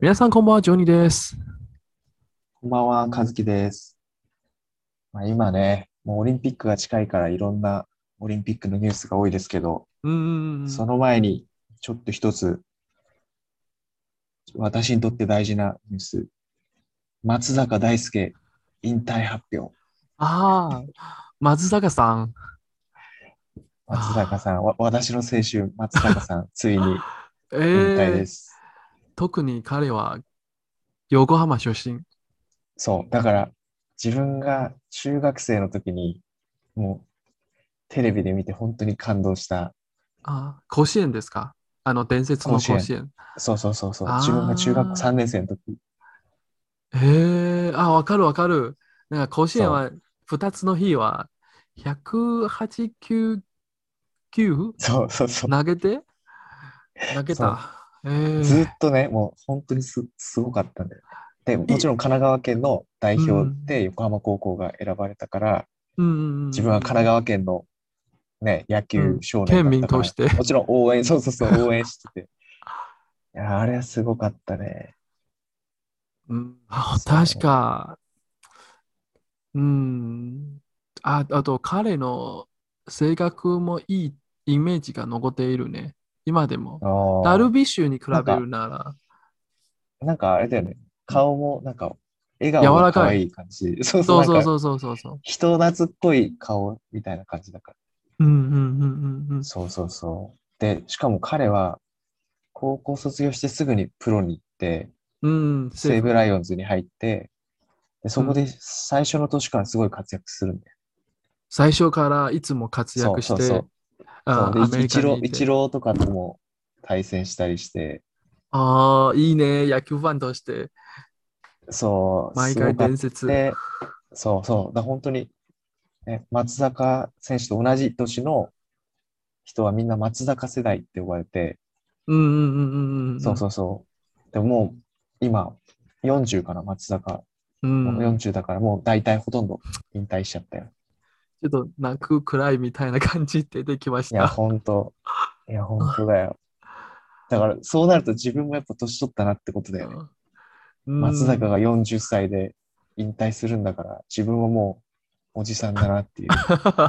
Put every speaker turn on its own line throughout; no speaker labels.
皆さんこんばんは、ジョニーです。
こんばんは、和樹です。まあ、今ね、もうオリンピックが近いからいろんなオリンピックのニュースが多いですけど、
うーん。
その前にちょっと一つ、私にとって大事なニュース、松坂大輔引退発表。
ああ、松坂さん。
松坂さん、わ私の青春、松坂さ ん、ついに
え
引退で
ー、
す。
特に彼は横浜出身。
そう、だから自分が中学生の時に、もうテレビで見て本当に感動した
あー甲子園ですかあの伝説の甲子園。
甲子そうそうそうそう。
あー
自分が中学校3年生の時。
へえ、あ、わかるわかる。なんか甲子園は2つの日は189球
そうそうそう。
投げて投げた。えー
ずっとね、もう本当にすすごかったんだよね。で、もちろん神奈川県の代表で横浜高校が選ばれたから、
うんうんうん
自分は神奈川県の、ね、野球少
県
年
民
だったから、
として。
もちろん応援、そう そうそう、応援してて。いや、あれはすごかったね。
うん、あ
そう
確か、うん、あ、あと彼の性格もいいイメージが残っているね。今でも。
あー
ダルビッシュに比べるなら、
なんかあれだよね。顔もなんか、笑顔
柔ら
が
かい
可愛い感じ。そうそ、
そううそう
なんか
そうそうそうそう。
人懐っこい顔みたいな感じだから。
うんうんうんうんうん。
そうそうそう。で、しかも彼は、高校卒業してすぐにプロに行って、
うん、
西
ブ
武ライオンズに入って、でそこで最初の年からすごい活躍するんだよ。
最初からいつも活躍
そう
し
そうそ
て
う、
あ
そう
ア
で
メリ
イ
カ
チロ
に
ー
い
イチ
て。
ローとかとも対戦したりして、
ああ、いいね、野球ファンとして、
そう、
毎
すご
回
かっ
伝説。
て、そうそう、だ本当に、ね、松坂選手と同じ年の人はみんな松坂世代って呼ばれて、
うんうんうんうんうん。
そうそうそう。でももう今、40かな、松坂
うん。
もう40だからもう大体ほとんど引退しちゃったよ。
ちょっと泣くくらいみたいな感じで出てきまし
いや、
た。
ほんと。いや、ほんとだよ。だから、そうなると自分もやっぱ年取ったなってことだよね。
うん
松坂が40歳で引退するんだから、自分はもうおじさんだなっていう。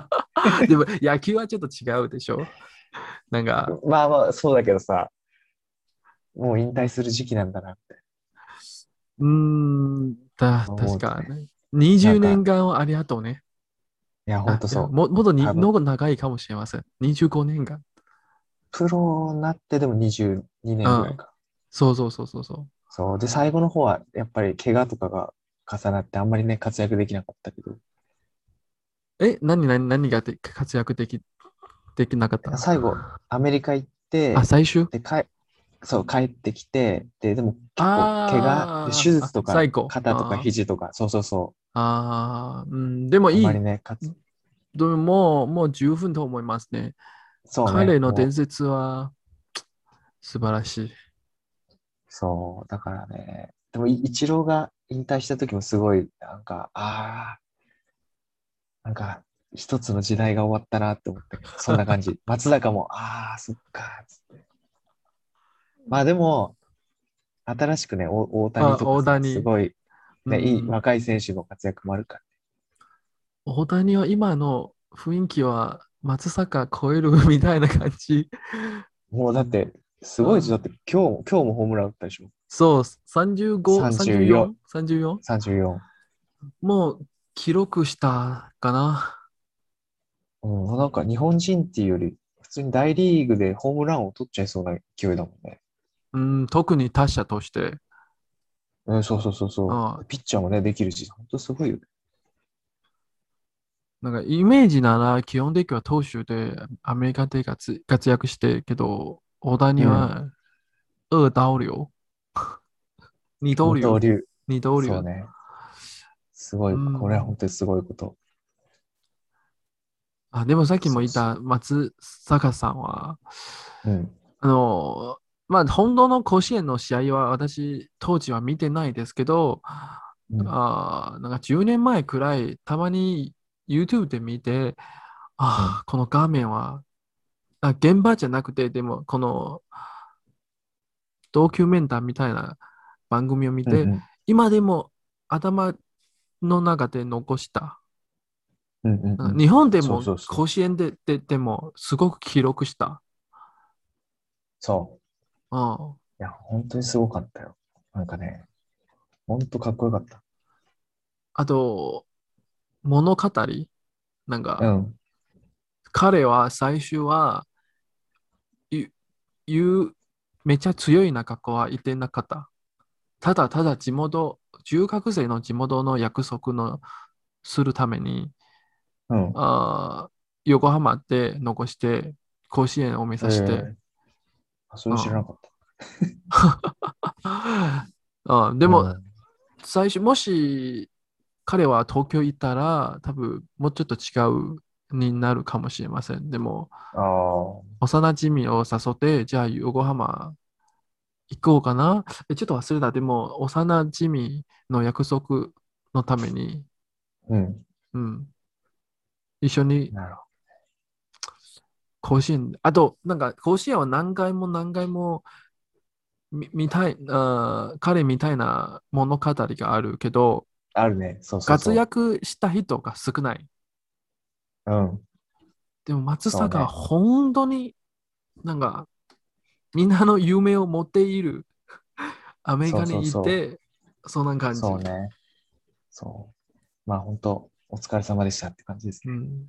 でも野球はちょっと違うでしょなんか、
まあまあ、そうだけどさ、もう引退する時期なんだなって。
うーん、だ
そうです
確
ね
かに。20年間をありがとうね。
いや、ほんとそ。
あいうやももっとに
多分
の方が長いかもしれません。25年間。
プロになってでも22年ぐらいか。
そうそうそうそうそう。
そう。で、最後の方はやっぱり怪我とかが重なってあんまりね、活躍できなかったけど、
え、何何何がで活躍できできなかったの
最後、アメリカ行って、
あ、最終
で、かえ、そう、帰ってきて、で、でも結構、
あー
怪我、で手術と
あ
か
最後、
肩と
あ
か
ー
肘とか、そうそうそ
あー、うん、でも
う、あん
いい。
まりね、かつ、
でももう、もう十分と思いますね。
そうね、
彼の
もう
伝説は素晴らしい。
そう、だからね、でも、いイチローが引退した時もすごい、なんか、ああ、なんか、一つの時代が終わったなって思ったけど、そんな 感じ。松坂も、ああ、そっか、つって。まあでも、新しくね、お大谷と
あ
か
大
さ
谷
すごい、ね、いい
うん
若い選手の活躍もあるから。
大谷は今の雰囲気は松坂超えるみたいな感じ。
もうだって、すごい
うん
じゃんだって今日も、今日もホームラン打ったでしょ。
そう、35、34 34?
34、34。
もう記録したかな。
うん、なんか日本人っていうより、普通に大リーグでホームランを取っちゃいそうな勢いだもんね。
うん、特に他者として。
うん、そうそうそうそう。
あ
ピッチャーもね、できるし、本当すごいよね。
なんかイメージなら基本的には投手でアメリカで活活躍してるけど、大谷は二刀流。 二刀
二刀
流。
流。
二
そ
刀流。
うね。すごい、
うん
これは本当にすごいこと。
あ、でもさっきも言っ
そ
た松坂さんは、
うん。
あの、まあ、本当の甲子園の試合は私、当時は見てないですけど、
うん
あーなんか10年前くらい、たまに YouTube で見て、あーこの画面は、あ、現場じゃなくて、でも、この、ドキュメンタみたいな番組を見て、
うん
今でも頭の中で残した。
うんうんうんうん
日本でも
そうそうそう
甲子園でででもすごく記録した。
そう。
うん
いや、本当にすごかったよ。なんかね、本当かっこよかった。
あと、物語。なん
う
か、
ん。
彼は最初は、ゆゆめちゃ強い仲子はいてなかった。ただただ地元、中学生の地元の約束のするために、
うん。
あー横浜で残して、甲子園を目指して、
えーあ、それ知らなかった。
うん、でも、
うん
最初、もし彼は東京行ったら、多分もうちょっと違うになるかもしれません。でも、
ああ、
幼馴染を誘って、じゃあ横浜行こうかな。えちょっと忘れた。でも、幼馴染の約束のために、
うん。
うん、一緒に
なるほ
甲子園、あと、なんか、甲子園は何回も何回も見見たい、あー彼みたいな物語があるけど、
ど。あるね。そうそうそ
活
う。
躍した人が少ない。
うん。
でも、松
そうね
坂は本当に、なんか、みんなの夢を持っている、 アメリカにいて、
そ
そ
うん
な感じ。
そうね。そう。まあ本当、お疲れ様でしたって感じです
う
ね。
ん、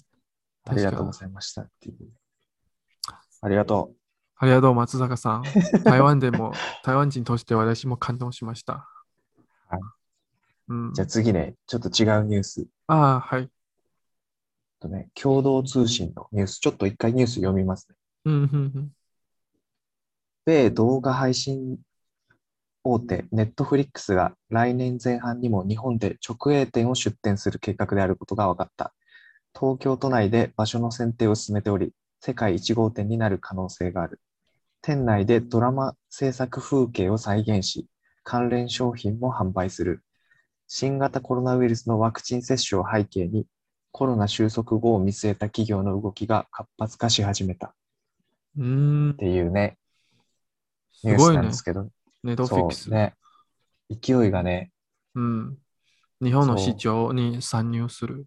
ありがとうご
確か
ざいましたっていう。ありがとう。
ありがとう、松坂 さん。台湾でも、台湾人として私も感動しました。
はい
うん、
じゃあ次ね、ちょっと違うニュース。
ああ、はい。
とね、共同通信のニュース。ちょっと一回ニュース読みますね。
うん、うん、うん。
米動画配信大手、ネットフリックスが来年前半にも日本で直営店を出店する計画であることが分かった。東京都内で場所の選定を進めており、世界1号店になる可能性がある。店内でドラマ制作風景を再現し、関連商品も販売する。新型コロナウイルスのワクチン接種を背景に、コロナ収束後を見据えた企業の動きが活発化し始めたっ
うーん
て、いうね、ニ
す
ュース
ごい
なん
ね
で、すけど、
ネットフィック
そ
ス。
うね。勢いがね、
うん、日本の
そう
市場に参入する。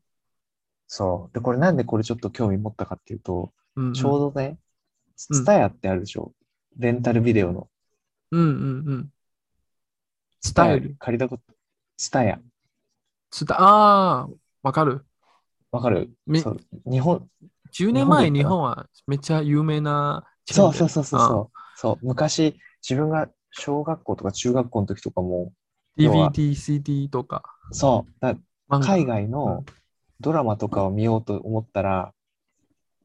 そう。で、これなんでこれちょっと興味持ったかっていうと、
うんうん、
ちょうどね、
うん
ツタヤってあるでしょ。レンタルビデオの。
うんうんうん。スタイル。
借りたこと。ツタヤ。
スタああ、わかる。
わかる
み
そう。日本、
10年前、
日
日
本
本はめっちゃ有名なチェー
そ
ン
うそうそうそう
店
そう。そう。昔、自分が小学校とか中学校の時とかも、要
うん
は
DVD、CD とか、
そう。だ
漫画
海外のドラマとかを見ようと思ったら、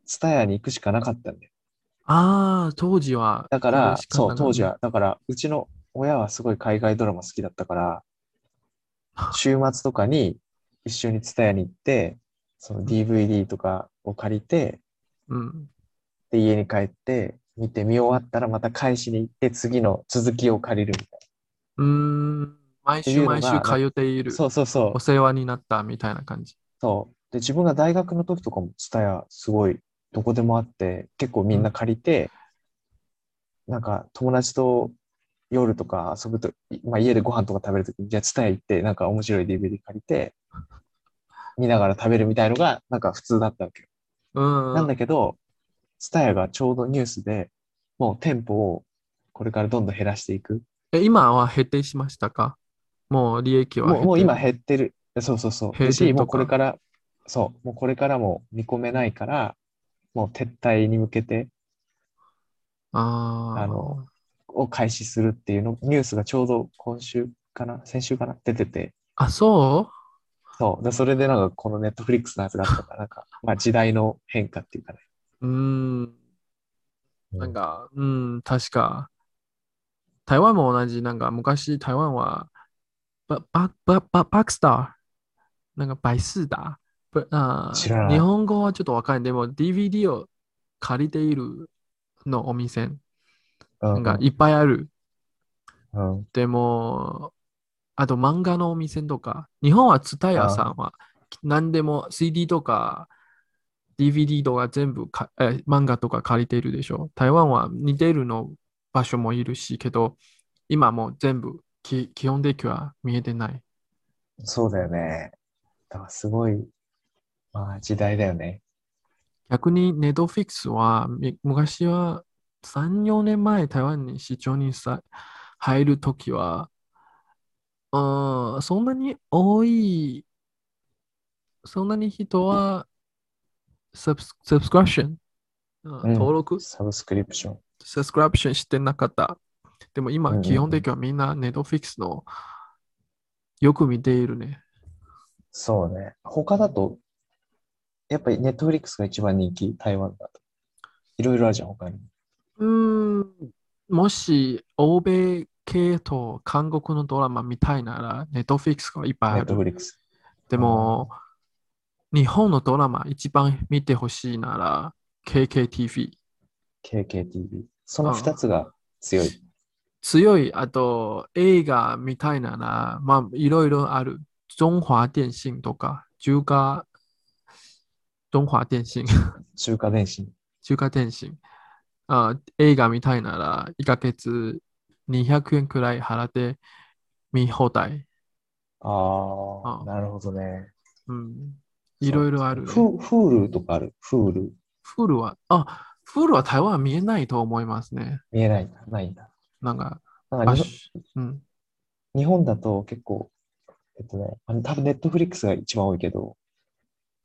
ツタヤに行くしかなかったんだよ
ああ、当時は。
だから、
仕方
そ
がな
う、
い
当時。は、だから、うちの親はすごい海外ドラマ好きだったから、週末とかに一緒にツタヤに行って、その DVD とかを借りて、
うん。
で、家に帰って、見て見終わったらまた返しに行って、次の続きを借りるみたいう
ーん。毎週毎週通ってい
な。
る。
そうそうそ
お
う。
世話になったみたいな感じ。
そう。で、自分が大学の時とかもツタヤすごいどこでもあって、結構みんな借りて、なんか友達と夜とか遊ぶと、いまあ、家でご飯とか食べるときに、じゃあツタヤ行って、なんか面白い DVD 借りて、見ながら食べるみたいのが、なんか普通だったわけよ。
うん。
なんだけど、ツタヤがちょうどニュースで、もう店舗をこれからどんどん減らしていく。
え、今は減ってしましたかもう利益は減っ
も
て
うもう今減ってる。そうそうそう。
閉
だし
店とか
もうこれから、そう、もうこれからも見込めないから、もう撤退に向けて
あー
あのを開始するっていうの、ニュースがちょうど今週かな、先週かな、出てて、
あ、そ
そう。で、それでなんかこのネットフリックスのやつがあっ たから、なんか、まあ時代の変化っていうかね。
ううーん。なんか、うん、確か。台湾も同じ、なんか昔台湾は、バババババックスター、なんか百事だ。ぶあー
知らない
日本語はちょっとわかんない。でも DVD を借りているのお店、
うん、
なんかいっぱいある。
うん、
でも、あと漫画のお店とか、日本はツタヤさんは何でも CD とか DVD とか全部か、え漫画とか借りているでしょ。台湾は似てるの場所もいるし、けど、今もう全部き基本的には見えてない。
そうだよね。だからすごい、まあ時代だよね。
逆にネットフィックスはみ昔は3、4年前台湾に市場にさ入るときは、うん、そんなに多い、そんなに人はサブスサブスクリプション、うん
うん
登録
サブスクリプション。
サブスクリプションしてなかった。でも
うんうん
今、
うん
基本的にはみんなネットフィックスのよく見ているね。
そうね。他だと、やっぱりネットフリックスが一番人気、台湾だと。いろいろあるじゃん、他にも。
うーん、もし欧米系と韓国のドラマ見たいなら、ネットフィックスがいっぱいあ
ネットフ
る。
リックス。
でも、日本のドラマ一番見てほしいなら、KKTV。
KKTV。その2つが強い。
強い、あと映画みたいなら、まあ、いろいろある。中華電信とか、中華、中華電信、
中華電信。
中華電信。あ映画みたいなら、1ヶ月200円くらい払って見放題。
あ
う
あ、
ん
なるほどね。
うん。いろいろある、ね。
フフールとかある。フール。
フールは、あ、フールは台湾は見えないと思いますね。
見えないんだ。ないんだ。
なんか、
なんか
あ
日本
しうん。
日本だと結構、えっとね、あの多分ネットフリックスが一番多いけど、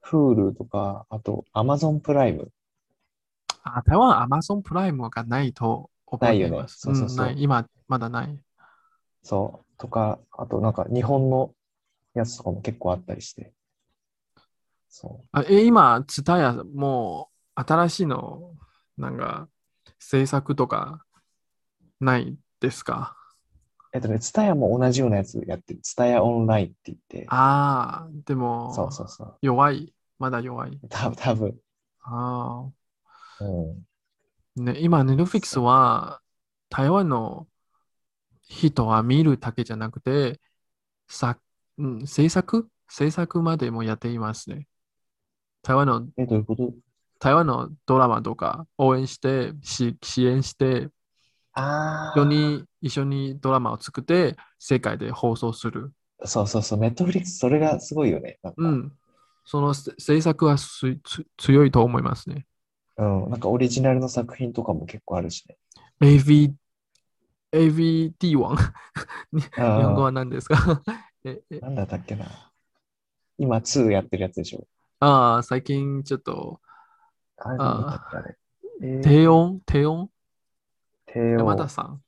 フールとか、あとアマゾンプライム。
あ、台湾は Amazon プライムがないと覚えています。
ないよねそうそうそう
うんない今、まだない。
そう。とか、あとなんか日本のやつとかも結構あったりして。そ
あえ、今、ツタヤ、もう、新しいの、なんか、制作とか、ないですか
う。えっとね、ツタヤも同じようなやつやってる。ツタヤオンラインって言って。
ああ、でも、
そうそうそう。
弱い。まだ弱い。
多分多分。
ああ。
うん。
ね、今、ネットフィックスは台湾の人は見るだけじゃなくて、さ、うん、制作制作までもやっていますね。台湾の、
え、どういうこと
台湾のドラマとか応援して、し支援して、
あ
一緒に、一緒にドラマを作って、世界で放送する。
あ。そうそうそう。ネットフリックス、それがすごいよね。なんか
うん。そのせ制作はすつ強いと思いますね。
うん、なんかオリジナルの作品とかも結構あるしね。
AV、AVD 王
日
日本語は何ですか ええ
なんだったっけな。今2やってるやつでしょ。
ああ、最近ちょっと
あれなんだったっけあれ。えー
低音、低音、
帝王
山田さん、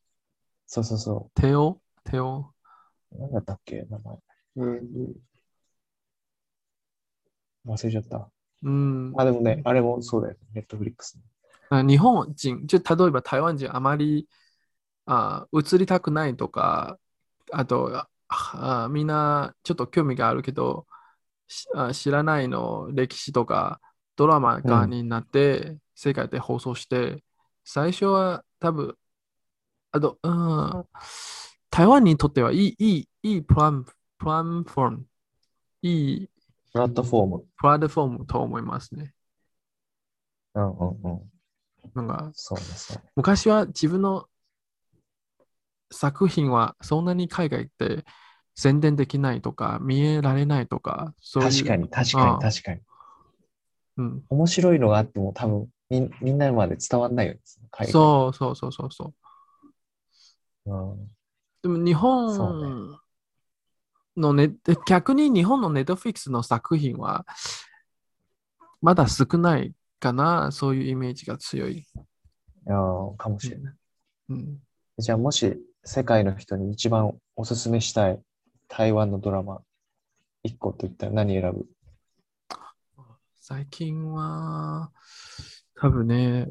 そうそうそ
低音、低音。
う。なんだったっけ名前。えー忘れちゃった。
うん、
まあでもね、あれもそうだよね。ネットフリックス。
あ日本人、ちょ例えば台湾人あまりあ映りたくないとか、あとああみんなちょっと興味があるけど、しあ知らないの歴史とかドラマが
うん
になって世界で放送して、最初は多分、あと、うん、台湾にとってはいい、いい、いいプラン、プランフォーム、いい
プラットフォーム。
プラットフォームと思いますね。
うんうんうん。
なんか
そうですね。
昔は自分の作品はそんなに海外って宣伝できないとか見えられないとかそういう
確かに、確かに、確かに。
うん、
面白いのがあっても多分みんみんなまで伝わんないよね。海外
そうそうそうそうそう
うん。
でも日
そう
本のね、で逆に日本のネットフィックスの作品はまだ少ないかなそういうイメージが強い、
いやーかもしれない。
うん、
じゃあもし世界の人に一番おすすめしたい台湾のドラマ1個といったら何選ぶ
最近は多分ね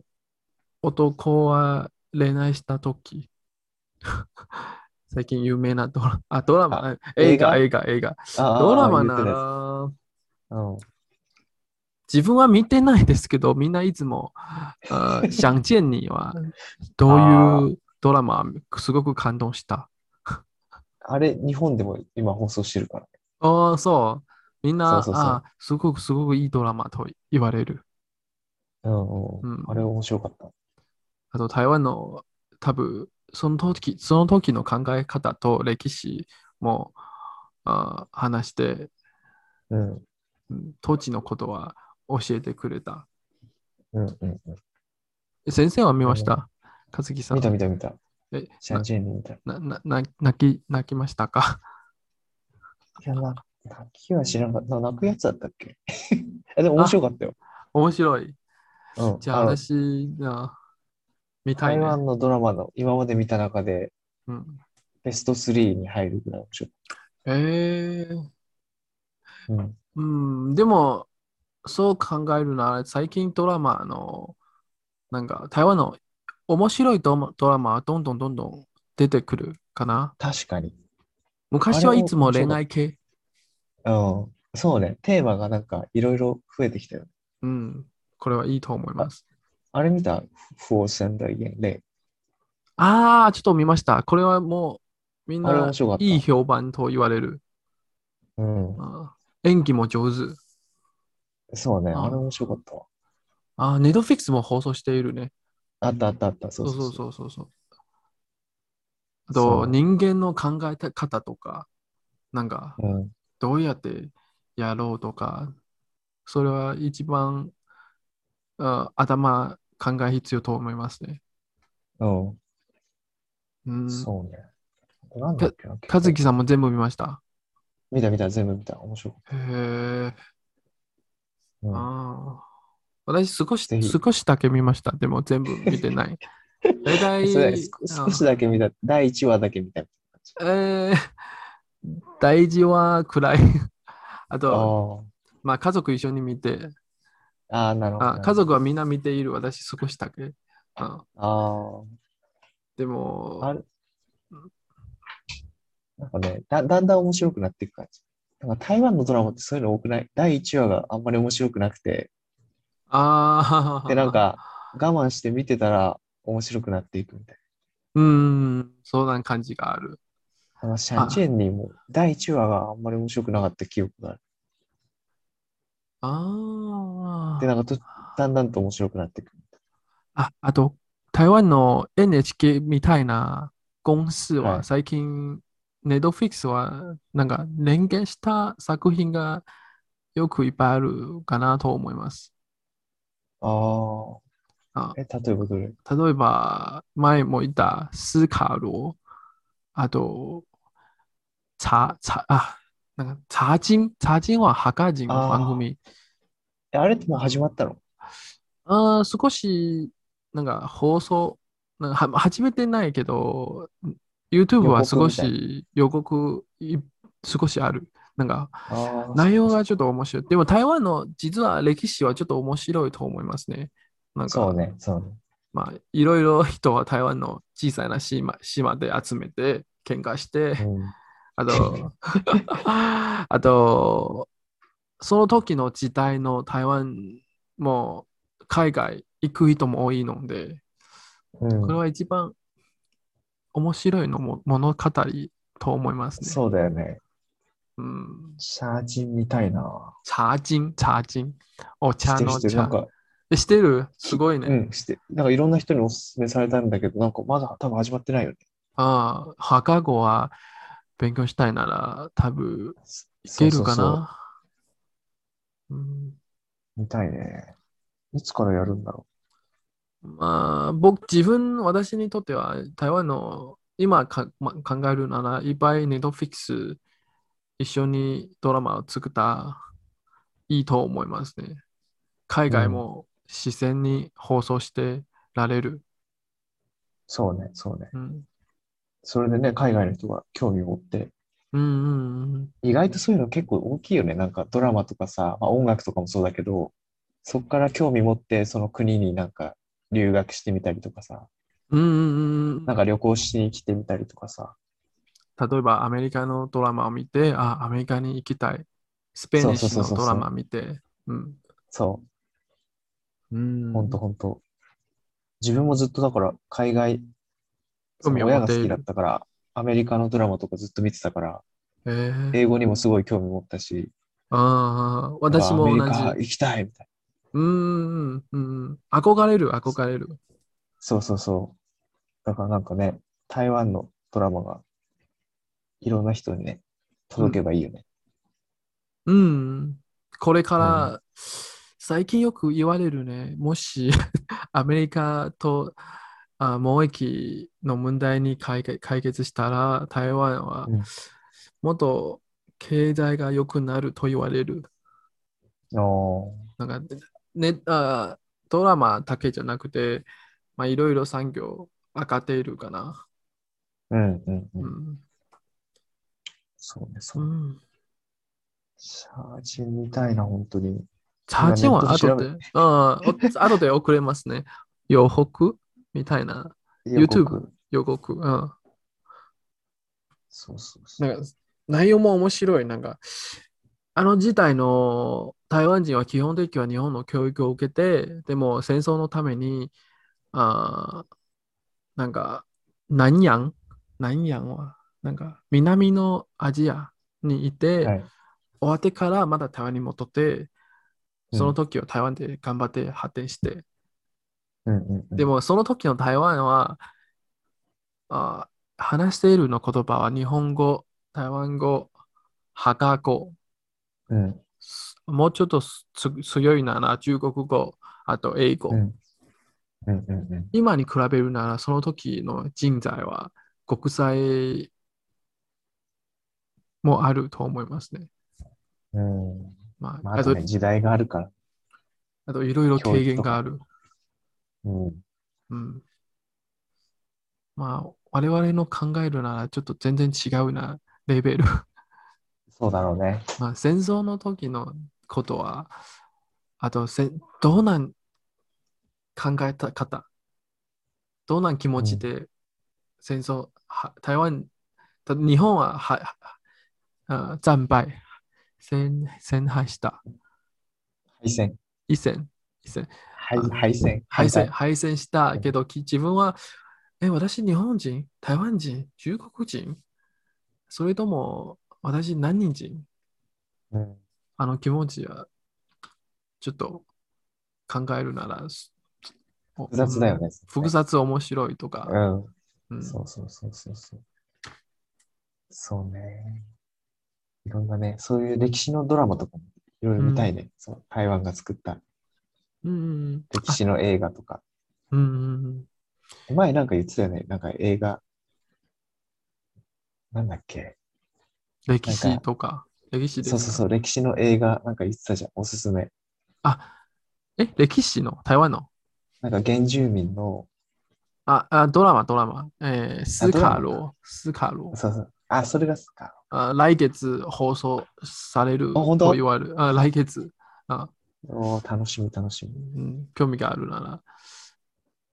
男は恋愛した時 最近有名なドラあドラマ映画映画映画
あ
ドラマな
あ言って
ら
たやつ
自分は見てないですけどみんないつも「あ 想见你」はど
あ
ういうドラマすごく感動した
うん、あれ、日本でも今放送してるから。
ああそうみんな
そうそうそう
あすごくすごくいいドラマと言われる
うんうん
うん
あれ面白かった。
あと台湾の多分その時、その時の考え方と歴史もあー話して、
うん、
うん当時のことは教えてくれた。
うん、うん。
先生は見まし
あ
た和樹さん。
見た見た見た。
え
シャンチェンで見た。い
ななな泣き泣きました か
や、な泣きは知らなかった。な泣くやつだったっけ えでも面白かったよ。
面白い。
うん、
じゃあ、
あの
私が見たい、
台
ね。
湾のドラマの今まで見た中で
うん、
ベスト3に入るぐらい面白い。
えー、
うん、
うん、でも、そう考えるなら、最近ドラマの、なんか、台湾の面白いドラマドラマはどんどんどんどん出てくるかな。
確かに。
昔はいつも恋愛系。
うん、そうね。テーマがなんかいろいろ増えてきたよ。
うん、これはいいと思います。
あれ見た ?4 仙台元例。
ああ、ちょっと見ました。これはもう、みん
あれ
な
面白かった。
いい評判と言われる。
うん。
あー演技も上手。
そうね。
あ
あれ面白かったわ。
ああ、ネットフィックスも放送しているね。
あったあったあった。そ
そうう
そうそ
そううそうそうそう。あ
そ
と、
う
人間の考え方とか、なんか、
うん。
どうやってやろうとか、それは一番あ頭考え必要と思いますね。
うん。
うん。
そうね。あとなんだっけな。
和
結構
樹さんも全部見ました。
見た見た、全部見た。面白かっ
へえ。
た。うん
ああ。私少し
ぜひ、
少しだけ見ました。でも全部見て ない。大体、
そうだね少少しだけ見た。第1話だけ見た。
あえー大事は暗い。 あ
あ
と、
ー
まあ家族一緒に見て、
あー、なるほど。
あ家族はみんな見ている。私少しだけ。あ
あ
で
あ、あ
も、
れ。なんかねだ、だんだん面白くなっていく感じ。なんか台湾のドラマってそういうの多くない第1話があんまり面白くなくて、
ああ。
で、なんか我慢して見てたら面白くなっていくみたいう
ーん、そうな感じがある。
な。なんかシャンチェンにも第1話があんまり面白くなかった記憶がある。
あ
で、なんかとだんだんと面白くなっていくみたい
あ。あ、あと、台湾の NHK みたいな公司
は
はい最近、ネットフィックスはなんか連携した作品がよくいっぱいあるかなと思います。
な。あ
あ
あ。え、例えばどれ
例えば、前も言ったスカロー、あと、茶、茶、あ、なんか茶人、茶人はハカ人の番組。
えあれってもう始まったの
ああ、少し、なんか放送、なんかは始めてないけど、YouTube は
予告
少
みたい
し予告い、少しある。なんか
ああ。
内容がちょっと面白い。でも台湾の実は歴史はちょっと面白いと思いますね。なん
そう
か、
ね、そうね。
まあ、いろいろ人は台湾の小さな島、島で集めて、喧嘩して、
うん。
あ と、あと、その時の時代の台湾も海外行く人も多いので、
うん
これは一番面白いのも物語と思いますね。
そうだよね。
うん。
シャージンみたいな。
茶人、茶人。お
知っ
茶
てる
の
知ってる。なん
茶。
か、
えしてるすごいうね。
ん、して。なんかいろんな人におすすめされたんだけど、なんかまだ多分始まってないよね。
ああ、墓語は勉強したいなら多分いけるか
そうそうそう
な。うん
見たいね。いつからやるんだろ
まあ、僕、自分、私にとっては、台湾の今か、ま、考えるなら、いっぱいネットフィックス一緒にドラマを作ったいいと思いますね。海外も自然に放送してられる。
う。そうね、そうね。
うん、
それでね、海外の人が興味を持って。
うん、うんうん。
意外とそういうの結構大きいよね。なんかドラマとかさ、まあ、音楽とかもそうだけど、そこから興味持って、その国になんか留学してみたりとかさ、
うんうんうん
なんか旅行しに来てみたりとかさ、
例えば、アメリカのドラマを見て、あ、アメリカに行きたい。スペイン
そうそうそう
の
そう
ドラマ見て。うん。
そうう、
ん。
ほんとほんと。自分もずっとだから海外、そ
興味
の
を
親
持っ
が
て
好
い
きだ
る
っ。たから、アメリカのドラマとかずっと見てたから、
えー
英語にもすごい興味持ったし、
ああ、
なんか
私も同
アメ
じ。
リカ行きたいみたいな。
うーん、うん、うん。憧れる、憧れる。
そうそうそう。だからなんかね、台湾のドラマがいろんな人にね、届けばいいよね。
うん。これから、最近よく言われるね。もし、アメリカとあ貿易の問題に解決解決したら、台湾は
うん
もっと経済が良くなると言われる。
お
なんか、ね、あドラマだけじゃなくて、まあ、いろいろ産業上がっているかな。
ーうんうん
う
うん。
ん。
そうね、そうう。
ん。
シャージみたいな、本当に。
写真は後
今
で、
ネ
うん、お 後で送れますね。予告みたいな。YouTube
予告
予告。うん。
そうそうそう。
なんか、内容も面白い。なんか、あの時代の台湾人は基本的には日本の教育を受けて、でも戦争のために、あーなんか、南洋南洋は、なんか、南のアジアにいて、
はい
終わってからまだ台湾に戻って、
うん
その時は台湾で頑張って発展して、
うんうんうん、
でもその時の台湾は、あ話しているの言葉は日本語、台湾語、ハガ語、
うん、
すもうちょっとすつ強いなら中国語、あと英語。
うん。うんうんうん。
今に比べるならその時の人材は国際もあると思いますね。
うん
ま
ま
あ、
あ、あ
あ
と
と
ね、時代があるから。
あといろいろ
教育
経験
とか
がある。
うん。
うん。まあ、我々の考えるならちょっと全然違うな、レベル。
そうだろうね。
まあ、戦争の時のことは、あとせん、どうなん考えた方、どうなん気持ちで戦争、は台湾、た日本はははあ惨敗、戦戦敗した、
敗戦。
以前、以前、
敗
あ
敗戦。
敗戦、
反
敗戦したけど、き自分は、え、私日本人、台湾人、中国人、それとも私何人人
対。うん。
あの気持ちは、ちょっと考えるなら、す
複雑だよ。
うん
ね。
複雑面白いと
う
か、
ん。
うん
そうそうそうそうそう。そうね。いろんなね、そういう歴史のドラマとかもいろいろ見たいね。そう台湾が作った
うん
歴史の映画とか。
うんうん
前なんか言ってたよね。なんか映画。なんだっけ。
歴史とか、歴史です
そう
か
そうそう。歴史の映画なんか言ってたじゃん。おすすめ。
あ、え、歴史の台湾の
なんか原住民の。
ああ、ドラマ、ドラマ。えース
ドラマ
カロー、スカロー。
そうそう。あ、それがすか。
あ来月放送される
あ本当
と言われる。あ来月、
おー楽しみ楽しみ。
うん。興味があるなら。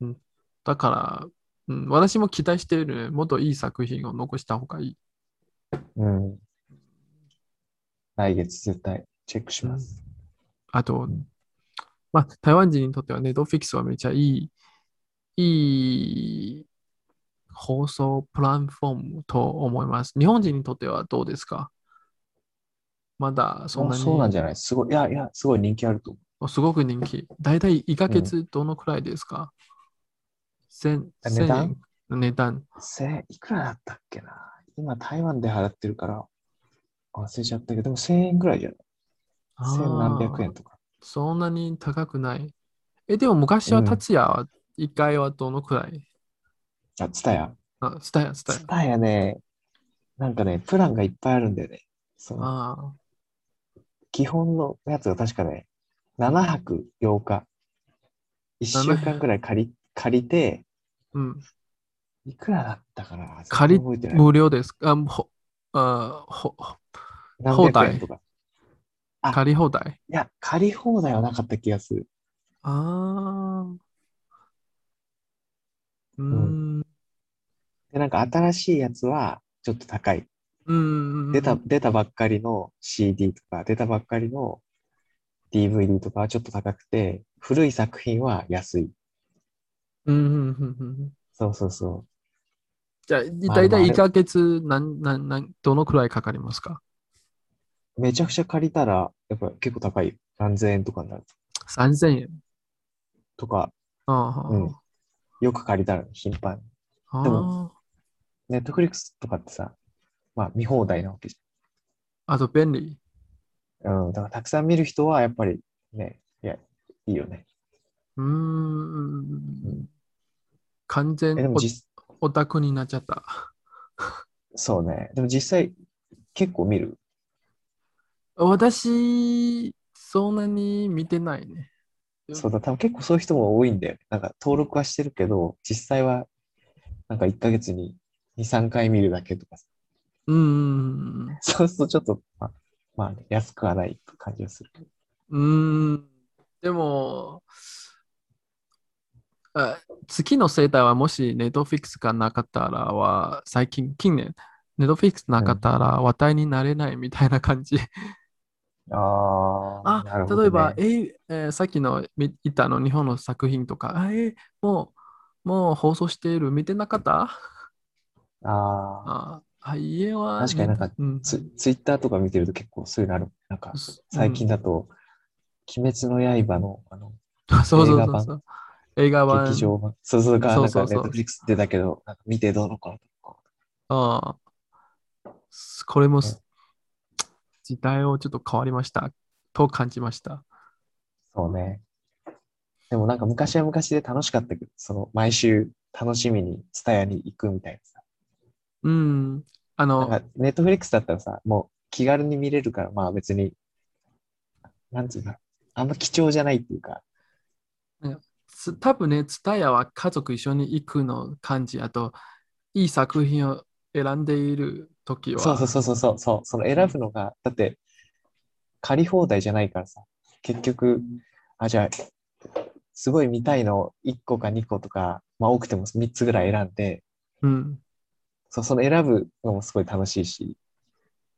うん、だから、うん、私も期待しているね。もっといい作品を残した方がいい。
うん。来月絶対チェックします。
あと、まあ、台湾人にとってはネットフィックスはめちゃいい、いい放送プラットフォームと思います。日本人にとってはどうですかまだそん
あ
なに
そうなんじゃないすごい。いやいや、すごい人気あると思
おすごく人気。だいたい1ヶ月どのくらいですか、千
あ
千
値段
円値段。
う。せ、いくらだったっけな今台湾で払ってるから、忘れちゃったけど、でも1000円ぐらいじゃない
あー
千何百円とか。
そんなに高くない。え、でも昔は
うん
達也は1回はどのくらい、
あ、ツタヤ。
あ、スタヤ、スタヤ
ツ。タヤね、なんかね、プランがいっぱいあるんだよね。その
ああ。
基本のやつが確かね、7泊8日。1週間ぐらい借り借りて、
うん。
いくらだったかな
借り
全然覚えてない
無料です。あ、ほ、あ、ほ、ほ
何
放題
百円とか。あ
借り放題。
いや、借り放題はなかった気がする。
ああ。うー
ん
ん。
で、なんか新しいやつはちょっと高い。
うん。
出た、出たばっかりの CD とか、出たばっかりの DVD とかはちょっと高くて、古い作品は安い。
うんうんうんうんうん。
そうそうそ
じゃあ、だいたい1ヶ月何、何、何、どのくらいかかりますか
う。めちゃくちゃ借りたら、やっぱ結構高いよ。何千円とかになる。
?3000 円。
とか、
ああ。
うんよく借りたら頻繁。
ああ
でもネットフリックスとかってさ、まあ見放題なわけじ
あと便利。
ゃん。うん、だからたくさん見る人はやっぱりね、いや、いいよね。
うーん。完
え、
全
でも
オ
実、
オタクになっちゃった。
そうね。でも実際結構見る。
私、そんなに見てないね。
そうだ、多分結構そういう人も多いんだよね。なんか登録はしてるけど、実際はなんか1ヶ月に2、3回見るだけとかさ
うーん。
そうするとちょっと、まあ、まあね、安くはない感じがするけど。
うーん。でも、あ次の世代はもしネットフィックスがなかったらは、最近、近年、ネットフィックスなかったら話題になれないみたいな感じ。
あ あ、な
あ、
るほど、ね。
例えば、えーえーさっきの見見たあの日本の作品とか、あえーもう、もう放送している、見てなかった
ああ、
ああ、家は、
確かになんか
うん、
ツツイッターとか見てると結構そういうのある。なんか、最近
だ、
だと、鬼滅の刃の、あの、
うん そうそうそ
映画
う
版
そう。映画版。
劇場版、そうそうが、
そ
な
うんそ
か
う
ネ
そう
ットフリックス出たけど、なんか見てどうのこうのとか。
ああ、すこれもす
ね
時代をちょっと変わりましたと感じました。
そうね。でもなんか昔は昔で楽しかったけど、その、毎週楽しみに、ツタヤに行くみたいなさ。
うん。あの、
なんか、ネットフリックスだったらさ、もう気軽に見れるから、まあ別に、なんつうんだろう、あんま貴重じゃないっていうか、
つ多分ね、ツタヤは家族一緒に行くの感じ、あと、いい作品を選んでいる時は、
そうそうそうそうそうそう、その選ぶのが、だって、借り放題じゃないからさ、結局、あ、じゃあ、すごい見たいの1個か2個とか、まあ多くても3つぐらい選んで、
うん。
そうその選ぶのもすごい楽しいし、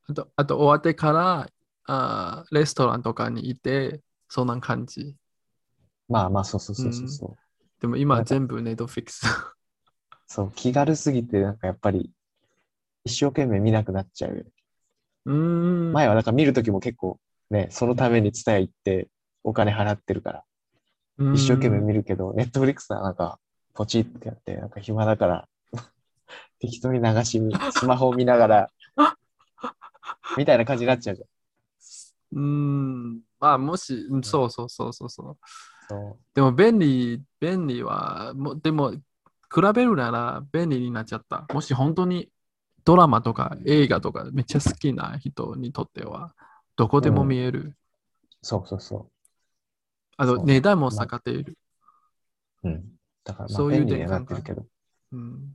あと、あと終わってからあー、レストランとかにいて、そんな感じ。
まあまあそうそうそうそうそう、
でも今
なんか
全部ネットフィック ス。
そう、気軽すぎて、なんかやっぱり、一生懸命見なくなっちゃうよね。
うーん。
前はなんか見るときも結構ね、そのために伝え行ってお金払ってるから、一生懸命見るけど、ネットフリックスはなんかポチってやって、なんか暇だから、 適当に流し見、スマホを見なが ら、みたいな感じになっちゃうじゃん。
うん。まあ、もし、うんそうそうそうそうそう。
そう
でも便利、便利は、もうでも、比べるなら便利になっちゃった。もし本当にドラマとか映画とかめっちゃ好きな人にとっては、どこでも見える。
そうそうそ
あ
そ
と、
う
値段も下がっている。
う。うん。だから、まあ、
そういう
便利には
点
なってるけど。
うん、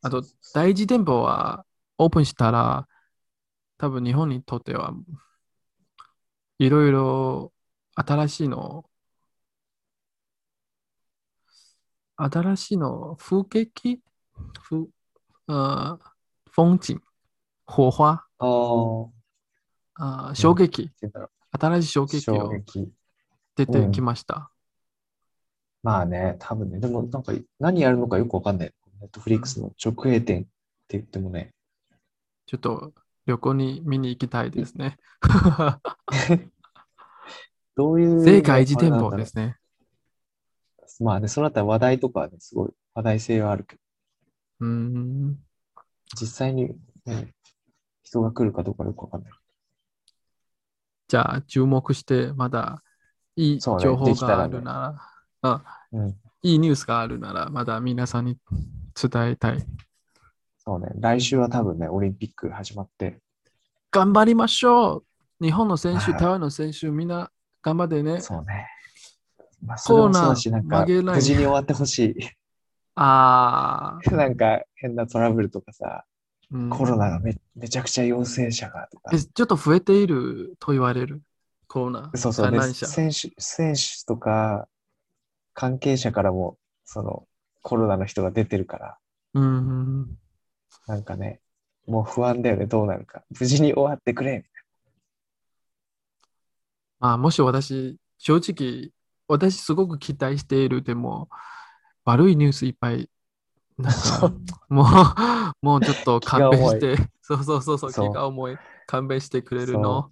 あと、第一店舗はオープンしたら、多分日本にとってはいろいろ新しいの、新しいの風景記風、あー風景、火花、
ああ、
あー衝撃、
なんだろ
新しい衝
う
撃
衝
を
撃。
出てきました。
まあね、多分ね、でもなんか何やるのかよくわかんない。ネットフリックスの直営店って言ってもね、
ちょっと旅行に見に行きたいですね。
ど ういう。
世界一店
あれなんだ
舗
ろう
ですね。
まあね、そのあたり話題とかはね、すごい話題性はあるけど、
うーん
実際に、ね、人が来るかどうかよくわかんない。
じゃあ注目して、まだいい
そうね
情報
できた
があ
らね
るなら、あ、
うん。
いいニュースがあるなら、まだ皆さんに伝えたい。
そうね。来週は多分ね、オリンピック始まって、
頑張りましょう日本の選手、
はい
台湾の選手、みんな頑張ってね。
そうね。まあ、それもそうだし、
コーナー
なんか、
曲げない
無事に終わってほし
あ
い。 なんか、変なトラブルとかさ、
ー、うん
コロナがめめちゃくちゃ陽性者がとか
え、ちょっと増えていると言われる、コロナ、
そうそう、
感
で
染者。
選手、選手とか、関係者からも、その、コロナの人が出てるから、
うん、
なんかね、もう不安だよね、どうなるか。無事に終わってくれ。
まあ、もし私、正直、私すごく期待している、でも、悪いニュースいっぱい、なん
そ
か
う、
もう、 もうちょっと勘弁して、 そうそうそうそう、
そう
気が重い、勘弁してくれるの。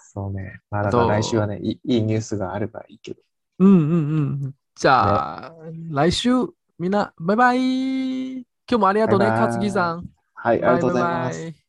そうね。まあ、だ
あと
から来週はねいい、いいニュースがあればいいけど。
うんうんうん。じゃあ、来週、みんな、バイバイ
今日もありがとうね、
バイバイ
勝木さん。
はい、ありがとうござい
バイ
ま
バ
す。
イ